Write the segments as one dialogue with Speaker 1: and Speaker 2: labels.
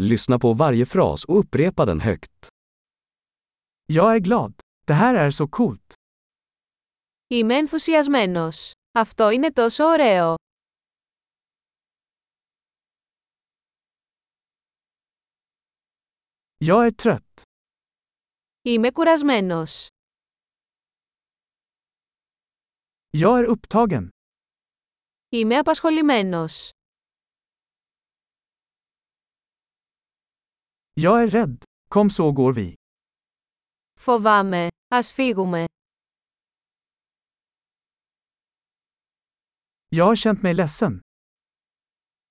Speaker 1: Lyssna på varje fras och upprepa den högt.
Speaker 2: Jag är glad. Det här är så coolt.
Speaker 3: Είμαι ενθουσιασμένος. Αυτό είναι τόσο ωραίο.
Speaker 2: Jag är trött.
Speaker 3: Είμαι κουρασμένος.
Speaker 2: Jag är upptagen.
Speaker 3: Είμαι απασχολημένος.
Speaker 2: Jag är rädd. Kom så går vi.
Speaker 3: Φοβάμαι. Ας φύγουμε.
Speaker 2: Jag har känt mig ledsen.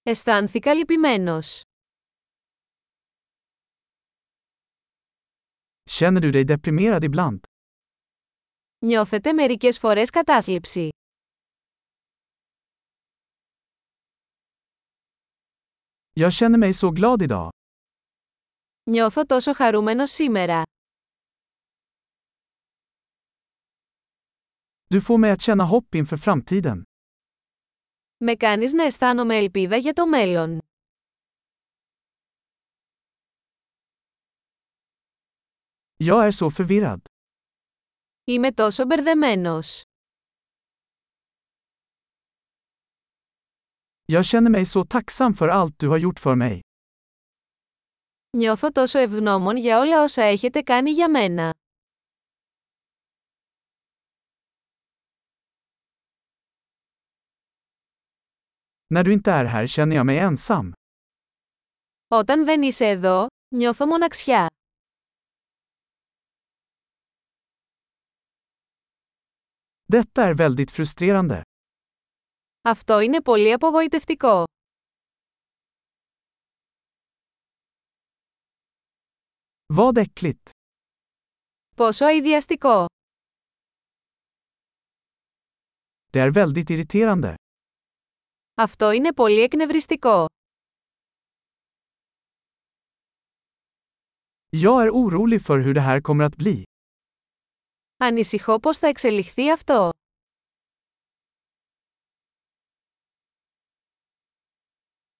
Speaker 3: Αισθάνθηκα λυπημένος.
Speaker 2: Känner du dig deprimerad ibland?
Speaker 3: Νιώθετε μερικές φορές κατάθλιψη.
Speaker 2: Jag känner mig så glad idag.
Speaker 3: Νιώθω τόσο χαρούμενος σήμερα.
Speaker 2: Du får mig att känna hopp inför framtiden.
Speaker 3: Με κάνεις να αισθάνομαι ελπίδα για το μέλλον.
Speaker 2: Jag är så förvirrad.
Speaker 3: Είμαι τόσο μπερδεμένος.
Speaker 2: Jag känner mig så tacksam för allt du har gjort för mig.
Speaker 3: Νιώθω τόσο ευγνώμων για όλα όσα έχετε κάνει για μένα.
Speaker 2: När du inte är här känner jag mig ensam.
Speaker 3: Όταν δεν είσαι εδώ, νιώθω μοναξιά.
Speaker 2: Detta är väldigt frustrerande.
Speaker 3: Αυτό είναι πολύ απογοητευτικό.
Speaker 2: Vad äckligt.
Speaker 3: Πόσο αειδιαστικό.
Speaker 2: Det är väldigt irriterande.
Speaker 3: Αυτό είναι πολύ εκνευριστικό.
Speaker 2: Jag är orolig för hur det här kommer att bli.
Speaker 3: Ανησυχώ πώς θα εξελιχθεί αυτό.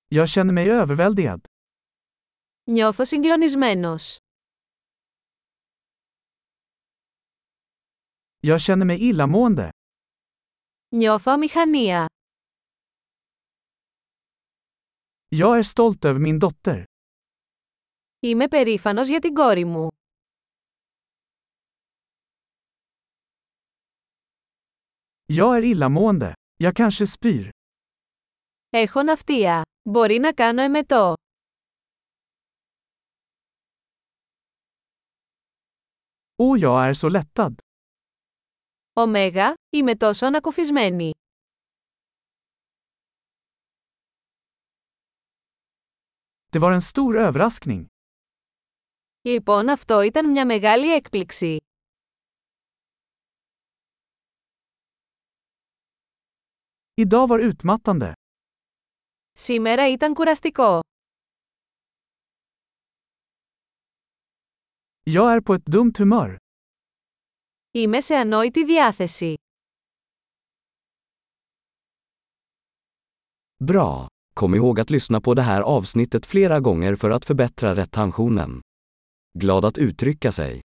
Speaker 2: Jag känner mig överväldigad.
Speaker 3: Νιώθω συγκλονισμένος.
Speaker 2: Jag känner mig illamående.
Speaker 3: Νιώθω αμηχανία.
Speaker 2: Jag är stolt över min dotter.
Speaker 3: Είμαι περήφανος για την κόρη μου.
Speaker 2: Jag är illamående. Jag kanske spyr.
Speaker 3: Έχω ναυτία. Μπορεί να κάνω εμετό.
Speaker 2: Och jag är så lättad.
Speaker 3: Ωμέγα, είμαι τόσο ανακουφισμένη.
Speaker 2: Det var en stor överraskning.
Speaker 3: Λοιπόν αυτό ήταν μια μεγάλη έκπληξη.
Speaker 2: Idag var utmattande.
Speaker 3: Σήμερα ήταν κουραστικό.
Speaker 2: Jag är på ett dumt humör.
Speaker 3: Είμαι σε ανόητη διάθεση.
Speaker 1: Bra! Kom ihåg att lyssna på det här avsnittet flera gånger för att förbättra retentionen. Glad att uttrycka sig!